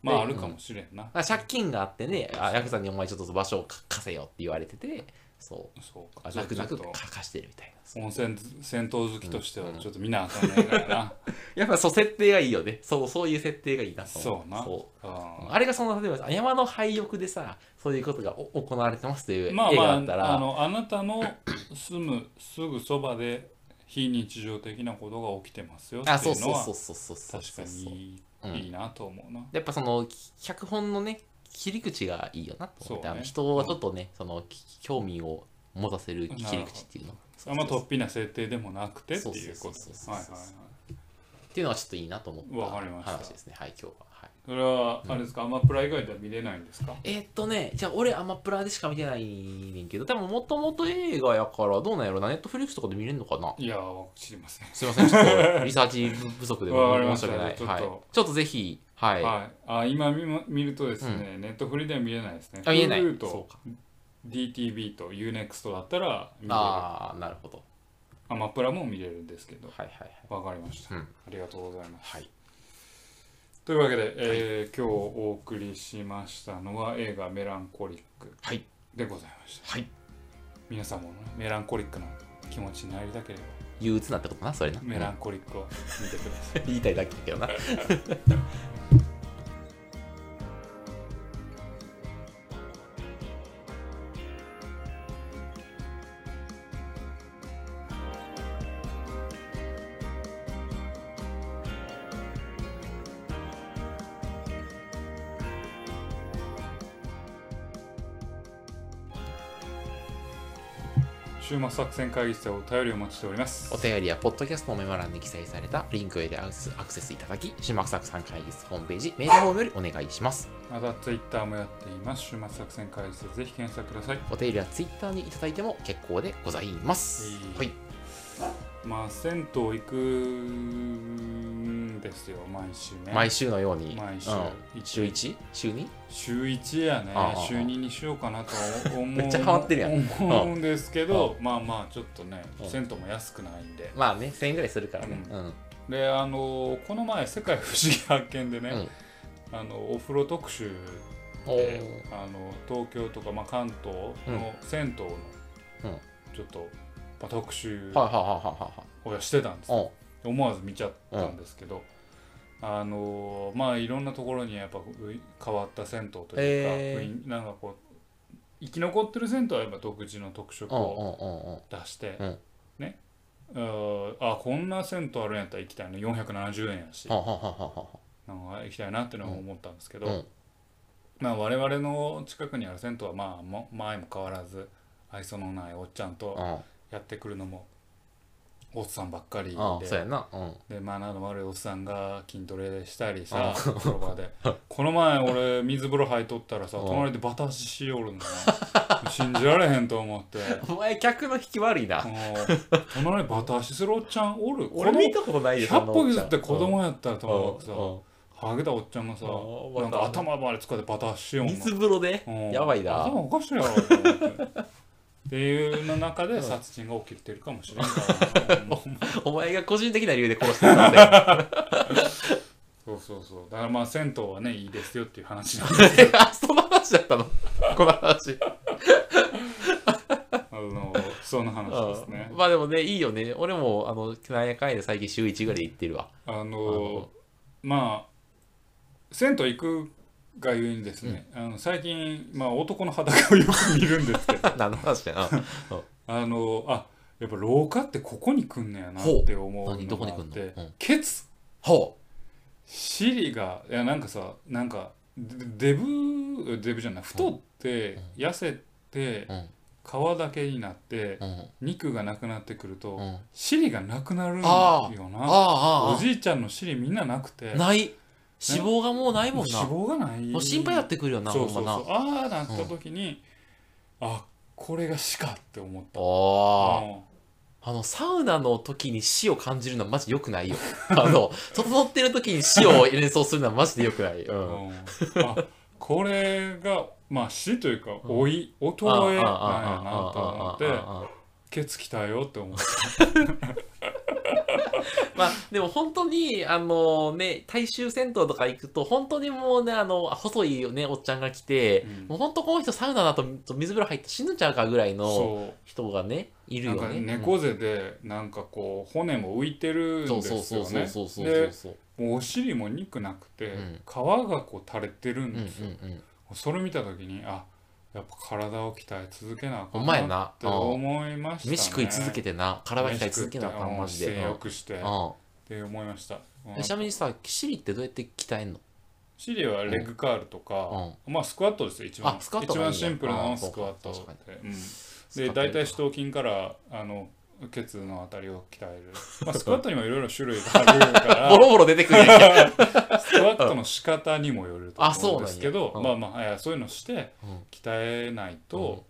[SPEAKER 1] ま
[SPEAKER 2] で
[SPEAKER 1] ああるかもしれんな
[SPEAKER 2] まあ、借金があってね、あヤクザにお前ちょっと場所をか貸せよって言われてて、そう、
[SPEAKER 1] そうか
[SPEAKER 2] あ泣く
[SPEAKER 1] ちょっ
[SPEAKER 2] 泣く
[SPEAKER 1] と
[SPEAKER 2] か貸してるみたいな。そう
[SPEAKER 1] 温泉銭湯好きとしてはちょっと見なあかんねえから な
[SPEAKER 2] やっぱそう、設定がいいよね。そう、そういう設定がいいなと思
[SPEAKER 1] そうな
[SPEAKER 2] そう
[SPEAKER 1] あ
[SPEAKER 2] あれがその、例えば山の廃屋でさ、そういうことがお行われてますってい
[SPEAKER 1] ー
[SPEAKER 2] う映
[SPEAKER 1] まあ
[SPEAKER 2] 画
[SPEAKER 1] ま
[SPEAKER 2] だったら、
[SPEAKER 1] ああのあなたの住むすぐそばで非日常的なことが起きてますよって
[SPEAKER 2] あそ
[SPEAKER 1] いううの
[SPEAKER 2] そう
[SPEAKER 1] は
[SPEAKER 2] そうそうそうそう
[SPEAKER 1] 確かに
[SPEAKER 2] うん
[SPEAKER 1] いいなと思うな
[SPEAKER 2] やっぱそのき脚本のね切り口がいいよなと思
[SPEAKER 1] そ
[SPEAKER 2] って、
[SPEAKER 1] うね
[SPEAKER 2] あの人はちょっとね、そのき興味を持たせる
[SPEAKER 1] るほど
[SPEAKER 2] 切り口っていうの
[SPEAKER 1] あんま
[SPEAKER 2] そう
[SPEAKER 1] 突飛な設定でもなくてっていう
[SPEAKER 2] そ
[SPEAKER 1] こ
[SPEAKER 2] うそう
[SPEAKER 1] と
[SPEAKER 2] そうそう
[SPEAKER 1] はいはい
[SPEAKER 2] そう
[SPEAKER 1] はい
[SPEAKER 2] っていうのはちょっといいなと思った
[SPEAKER 1] わかりました
[SPEAKER 2] 話ですねはい今日は、はい、
[SPEAKER 1] それはあれですかあんまプライ以外では見れないんですか
[SPEAKER 2] えーっとねじゃあ俺アマプラでしか見てないねんけど多分もともと映画やからどうなんやろなネットフリックスとかで見れるのかない
[SPEAKER 1] やー知りません
[SPEAKER 2] すいませんちょっ とリサーチ不足で
[SPEAKER 1] わかりま
[SPEAKER 2] 申し
[SPEAKER 1] した
[SPEAKER 2] 訳ない
[SPEAKER 1] ちょっと
[SPEAKER 2] はい、ちょっとぜひはい、
[SPEAKER 1] はい、あ今見ま見るとですね、ネットフリでは見れないですね。
[SPEAKER 2] あ見えない
[SPEAKER 1] Hulu
[SPEAKER 2] そ
[SPEAKER 1] と
[SPEAKER 2] うか
[SPEAKER 1] DTV と UNEXT だったら見れる。ア
[SPEAKER 2] ああなるほど
[SPEAKER 1] マプラも見れるんですけど。
[SPEAKER 2] はいはいはい
[SPEAKER 1] わかりました、
[SPEAKER 2] うん
[SPEAKER 1] ありがとうございます。
[SPEAKER 2] はい
[SPEAKER 1] というわけで、えー今日お送りしましたのは映画「メランコリック
[SPEAKER 2] はい」
[SPEAKER 1] でございました。
[SPEAKER 2] はい
[SPEAKER 1] 皆さんも、ね、メランコリックな気持ちになりたければ、
[SPEAKER 2] 憂鬱なってことなそれな
[SPEAKER 1] メランコリックを見てください。
[SPEAKER 2] 言いたいだけだけどな
[SPEAKER 1] 週末作戦会議室でお便りをお待ちしております。
[SPEAKER 2] お便りやポッドキャストのメモ欄に記載されたリンクへでアクセスアクセスいただき、島草さん会議室ホームページ、メールフォームよりお願いします。
[SPEAKER 1] またツイッターもやっています。週末作戦会議室でぜひ検索ください。
[SPEAKER 2] お便りはツイッターにいただいても結構でございます。
[SPEAKER 1] いい
[SPEAKER 2] はい。
[SPEAKER 1] まあ銭湯行くんですよ毎週ね
[SPEAKER 2] 毎週のように、
[SPEAKER 1] 毎週
[SPEAKER 2] うん、週 1? 週 2?
[SPEAKER 1] 週1やね
[SPEAKER 2] ああ
[SPEAKER 1] 週2にしようかなと 思う
[SPEAKER 2] めっちゃハマってるやん
[SPEAKER 1] 思うんですけどまあまあちょっとね銭湯も安くないんで
[SPEAKER 2] まあね、1000円ぐらいするからね。
[SPEAKER 1] う
[SPEAKER 2] うん。
[SPEAKER 1] であのこの前「世界不思議発見」でね、
[SPEAKER 2] うん
[SPEAKER 1] あのお風呂特集
[SPEAKER 2] お
[SPEAKER 1] で
[SPEAKER 2] ー
[SPEAKER 1] あの東京とか、まあ、関東の銭湯
[SPEAKER 2] うん
[SPEAKER 1] のちょっと、まあ、特集
[SPEAKER 2] はいはいはい
[SPEAKER 1] をしてたんです
[SPEAKER 2] はいはいはい。
[SPEAKER 1] 思わず見ちゃったんですけど、あのーまあいろんなところにやっぱう変わった銭湯というか、
[SPEAKER 2] へー
[SPEAKER 1] 雰囲気なんかこう生き残ってる銭湯はやっぱ独自の特色
[SPEAKER 2] うん
[SPEAKER 1] を
[SPEAKER 2] うんうんうん。
[SPEAKER 1] 出して、
[SPEAKER 2] うん
[SPEAKER 1] ねあーあこんな銭湯あるんやったら行きたいな470円やし、
[SPEAKER 2] はははは
[SPEAKER 1] なんか行きたいなってのは思ったんですけど、
[SPEAKER 2] は。うん。
[SPEAKER 1] まあ我々の近くにある銭湯はまあも前も変わらず愛想のないおっちゃんと
[SPEAKER 2] うん。
[SPEAKER 1] やってくるのもおっさんばっかりで。
[SPEAKER 2] うん。そうやな。うん。
[SPEAKER 1] でマナーの悪いおっさんが筋トレしたりさ風呂場 でこの前俺水風呂入っとったらさ
[SPEAKER 2] うん
[SPEAKER 1] 隣でバタ足しよるんだな信じられへんと思って
[SPEAKER 2] お前、客の引き悪いな。
[SPEAKER 1] もう隣でバタ足するおっちゃんおる
[SPEAKER 2] 俺
[SPEAKER 1] 子供
[SPEAKER 2] 見たことないよ、そん
[SPEAKER 1] 100
[SPEAKER 2] な
[SPEAKER 1] 歩
[SPEAKER 2] おっち
[SPEAKER 1] 譲
[SPEAKER 2] ゃん
[SPEAKER 1] って子供やったら
[SPEAKER 2] う
[SPEAKER 1] と
[SPEAKER 2] ん
[SPEAKER 1] もか
[SPEAKER 2] うん
[SPEAKER 1] くさ
[SPEAKER 2] うん
[SPEAKER 1] ハゲたおっちゃんがさ
[SPEAKER 2] あー
[SPEAKER 1] なんか
[SPEAKER 2] バター
[SPEAKER 1] 頭まで使ってバターしよう
[SPEAKER 2] 水風呂で
[SPEAKER 1] うん
[SPEAKER 2] やばいな
[SPEAKER 1] 頭おかしいやろと思ってっていうの中で殺人が起きてるかもしれんから な
[SPEAKER 2] お前が個人的な理由で殺してたんだよ
[SPEAKER 1] そうそうそうだからまあ銭湯はねいいですよっていう話なんですけ ど
[SPEAKER 2] あその話だったのこの話
[SPEAKER 1] あのその話ですね
[SPEAKER 2] うんまあでもねいいよね俺もあのなんやかんやで最近週1ぐらいで行ってるわ
[SPEAKER 1] あ
[SPEAKER 2] なるほ
[SPEAKER 1] のまあ銭湯行くがゆえにですね、あの最近、まあ、男の裸をよく見るんですけ ど
[SPEAKER 2] 何の話だよ
[SPEAKER 1] あのあやっぱ廊下ってここに来んのやなって思う
[SPEAKER 2] ほう
[SPEAKER 1] の
[SPEAKER 2] 何どこに
[SPEAKER 1] が
[SPEAKER 2] 来
[SPEAKER 1] あっ
[SPEAKER 2] んの
[SPEAKER 1] て、
[SPEAKER 2] うん
[SPEAKER 1] ケツ
[SPEAKER 2] ほ
[SPEAKER 1] 尻がいやなんかさなんかデデブデブじゃない太って痩せて
[SPEAKER 2] ううん
[SPEAKER 1] 皮だけになって
[SPEAKER 2] うんうん
[SPEAKER 1] 肉がなくなってくると
[SPEAKER 2] あ
[SPEAKER 1] 尻がなくなるん
[SPEAKER 2] あ
[SPEAKER 1] よ
[SPEAKER 2] あ
[SPEAKER 1] な
[SPEAKER 2] ああ
[SPEAKER 1] おじいちゃんの尻みんななくて
[SPEAKER 2] ない脂肪がもうないもんな
[SPEAKER 1] 脂肪がない
[SPEAKER 2] もう心配やってくるよな
[SPEAKER 1] そ
[SPEAKER 2] ほ
[SPEAKER 1] うんそ
[SPEAKER 2] ま
[SPEAKER 1] うそう
[SPEAKER 2] な
[SPEAKER 1] ああなった時に、あこれが死かって思った
[SPEAKER 2] ああ
[SPEAKER 1] うん
[SPEAKER 2] あのサウナの時に死を感じるのはマジ良くないよ あの整ってる時に死を演奏するのはマジで良くないうん
[SPEAKER 1] うんあこれがまあ死というか
[SPEAKER 2] ん
[SPEAKER 1] 老い衰
[SPEAKER 2] ああ
[SPEAKER 1] えなんやな
[SPEAKER 2] あ
[SPEAKER 1] と思
[SPEAKER 2] ああああ
[SPEAKER 1] っ
[SPEAKER 2] あ
[SPEAKER 1] て
[SPEAKER 2] あああ
[SPEAKER 1] ケツきたよって思った
[SPEAKER 2] まあでも本当にあのね大衆銭湯とか行くと本当にもうねあの細いねおっちゃんが来て、
[SPEAKER 1] うん
[SPEAKER 2] もう本当この人サウナだと水風呂入って死ぬんちゃうかぐらいの
[SPEAKER 1] そ
[SPEAKER 2] 人がねいうる
[SPEAKER 1] なん
[SPEAKER 2] よ
[SPEAKER 1] か
[SPEAKER 2] ね。
[SPEAKER 1] 猫背でなんかこう骨も浮いてるん
[SPEAKER 2] そう
[SPEAKER 1] です
[SPEAKER 2] そうそ
[SPEAKER 1] よ
[SPEAKER 2] うそう
[SPEAKER 1] ね
[SPEAKER 2] そうそうそう
[SPEAKER 1] で
[SPEAKER 2] そう。
[SPEAKER 1] もうお尻も肉なくて
[SPEAKER 2] うん
[SPEAKER 1] 皮がこう垂れてる
[SPEAKER 2] うんんうん
[SPEAKER 1] ですよ
[SPEAKER 2] うん。
[SPEAKER 1] それ見た時にあやっぱ体を鍛え続けなあ
[SPEAKER 2] ほ
[SPEAKER 1] か
[SPEAKER 2] ん
[SPEAKER 1] ん
[SPEAKER 2] まや
[SPEAKER 1] なっ
[SPEAKER 2] な。
[SPEAKER 1] て
[SPEAKER 2] うん
[SPEAKER 1] 思いましたね
[SPEAKER 2] 飯食い続けてな体鍛え続けなあかんマジで。
[SPEAKER 1] 性
[SPEAKER 2] うん
[SPEAKER 1] 欲してっ
[SPEAKER 2] う
[SPEAKER 1] て思いました、うん
[SPEAKER 2] ん、ちなみにさキリってどうやって鍛えんの
[SPEAKER 1] シリはレッグカールとか、まあスクワットですよ一番
[SPEAKER 2] あスクワット
[SPEAKER 1] 一
[SPEAKER 2] がいい
[SPEAKER 1] 番
[SPEAKER 2] んだ
[SPEAKER 1] シンプルなの
[SPEAKER 2] あ
[SPEAKER 1] は
[SPEAKER 2] そう
[SPEAKER 1] ス
[SPEAKER 2] か
[SPEAKER 1] クワット
[SPEAKER 2] 確か
[SPEAKER 1] で,、うん、で大体四頭筋からあのケツのあたりを鍛え る、まあ、スクワットにもいろいろ種類があるか
[SPEAKER 2] ボロボロ出てくるやん
[SPEAKER 1] らスクワットの仕方にもよると
[SPEAKER 2] あそう
[SPEAKER 1] 思うんん
[SPEAKER 2] なや
[SPEAKER 1] ですけど
[SPEAKER 2] うん
[SPEAKER 1] まあまあいやそういうのして
[SPEAKER 2] うん
[SPEAKER 1] 鍛えないと、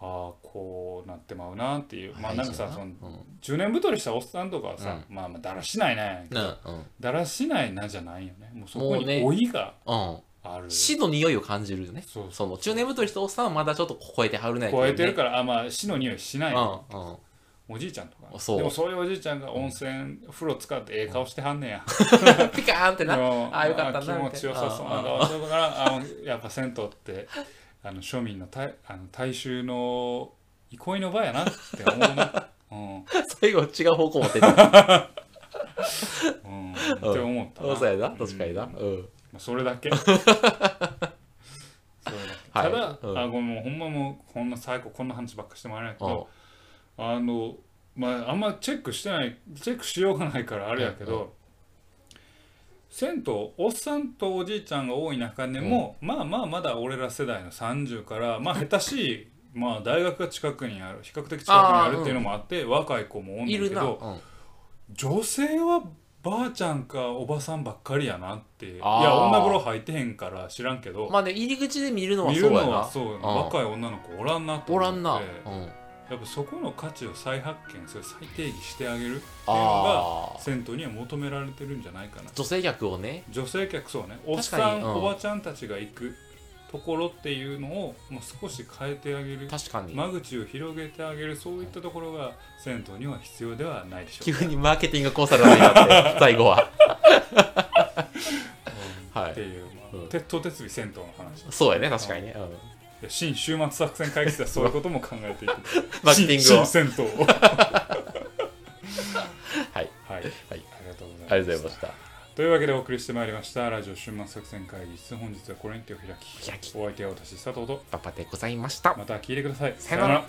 [SPEAKER 1] ああこうなってまうなっていうまあなんかさその
[SPEAKER 2] うん
[SPEAKER 1] 中年太りしたおっさんとかはさ、まあまあだらしないね、
[SPEAKER 2] うんうん
[SPEAKER 1] だらしないなじゃないよねもうそこ
[SPEAKER 2] もうね
[SPEAKER 1] に老いが
[SPEAKER 2] うん
[SPEAKER 1] ある
[SPEAKER 2] 死の匂いを感じるよね
[SPEAKER 1] そうそう
[SPEAKER 2] その中年太りしたおっさんはまだちょっと超えてはるない
[SPEAKER 1] 超えてる
[SPEAKER 2] か
[SPEAKER 1] から、あまあ死の匂いしない、
[SPEAKER 2] うんうん
[SPEAKER 1] おじいちゃんとかね
[SPEAKER 2] そう
[SPEAKER 1] でもそういうおじいちゃんが温泉、風呂使ってええ顔してはんねや、
[SPEAKER 2] ピカーンって な
[SPEAKER 1] もう
[SPEAKER 2] あよかったなみたいな
[SPEAKER 1] 気持ちよさそうな顔してるからあやっぱ銭湯ってあの庶民の大あの大衆の憩いの場やなって思う なうん
[SPEAKER 2] 最後違う方向持っ てた
[SPEAKER 1] うん、って思ったな
[SPEAKER 2] そうやな確かにな
[SPEAKER 1] う
[SPEAKER 2] うん
[SPEAKER 1] ま
[SPEAKER 2] ん
[SPEAKER 1] あそれだ けそれだけ
[SPEAKER 2] はい
[SPEAKER 1] ただ、
[SPEAKER 2] うん
[SPEAKER 1] あごめんもうほんまもうこんな最後こんな話ばっかしてもらえないけど、
[SPEAKER 2] うん
[SPEAKER 1] あのまああんまチェックしてないチェックしようがないからあれやけど、
[SPEAKER 2] うん
[SPEAKER 1] 銭湯おっさんとおじいちゃんが多い中でも、まあまあまだ俺ら世代の30からまあ下手しいまあ大学が近くにある比較的近くにあるっていうのもあって若い子もおん
[SPEAKER 2] い
[SPEAKER 1] ねんけ
[SPEAKER 2] るな
[SPEAKER 1] ど
[SPEAKER 2] うん
[SPEAKER 1] 女性はばあちゃんかおばさんばっかりやなっていや
[SPEAKER 2] あー
[SPEAKER 1] 女風呂入ってへんから知らんけど、
[SPEAKER 2] まあね入り口で見るのは
[SPEAKER 1] 見
[SPEAKER 2] そ
[SPEAKER 1] る
[SPEAKER 2] うや
[SPEAKER 1] のは
[SPEAKER 2] な
[SPEAKER 1] そうやな
[SPEAKER 2] うん
[SPEAKER 1] 若い女の子おらんなと
[SPEAKER 2] お
[SPEAKER 1] 思っ
[SPEAKER 2] ら
[SPEAKER 1] て
[SPEAKER 2] んなう
[SPEAKER 1] や
[SPEAKER 2] ん
[SPEAKER 1] っぱそこの価値を再発見それ再定義してあげるっていうのが
[SPEAKER 2] ああ
[SPEAKER 1] 銭湯には求められてるんじゃないかな
[SPEAKER 2] 女性客をね
[SPEAKER 1] 女性客そうねおっ
[SPEAKER 2] 確
[SPEAKER 1] さ
[SPEAKER 2] か
[SPEAKER 1] ん、
[SPEAKER 2] にうん
[SPEAKER 1] おばちゃんたちが行くところっていうのをもう少し変えてあげる
[SPEAKER 2] 確かに
[SPEAKER 1] 間口を広げてあげるそういったところが銭湯には必要ではないでしょう
[SPEAKER 2] 急
[SPEAKER 1] か
[SPEAKER 2] にマーケティングコンサルタントに なって最後はは
[SPEAKER 1] って
[SPEAKER 2] い
[SPEAKER 1] いう、ま
[SPEAKER 2] う
[SPEAKER 1] あ、
[SPEAKER 2] ん
[SPEAKER 1] 鉄頭鉄尾銭湯の話
[SPEAKER 2] そうやね確かにねうん
[SPEAKER 1] いや新週末作戦会議室ではそういうことも考えて いく
[SPEAKER 2] マーケティング
[SPEAKER 1] 新新
[SPEAKER 2] を
[SPEAKER 1] 銭湯 を
[SPEAKER 2] はい
[SPEAKER 1] はい、
[SPEAKER 2] は
[SPEAKER 1] あ
[SPEAKER 2] い
[SPEAKER 1] りがとうご
[SPEAKER 2] あ
[SPEAKER 1] ざいます
[SPEAKER 2] りがとうございました
[SPEAKER 1] というわけでお送りしてまいりましたラジオ週末作戦会議室本日はこれに手を開き
[SPEAKER 2] 開き
[SPEAKER 1] お相手は私佐藤と
[SPEAKER 2] パパでございました
[SPEAKER 1] また聞いてください
[SPEAKER 2] さよなら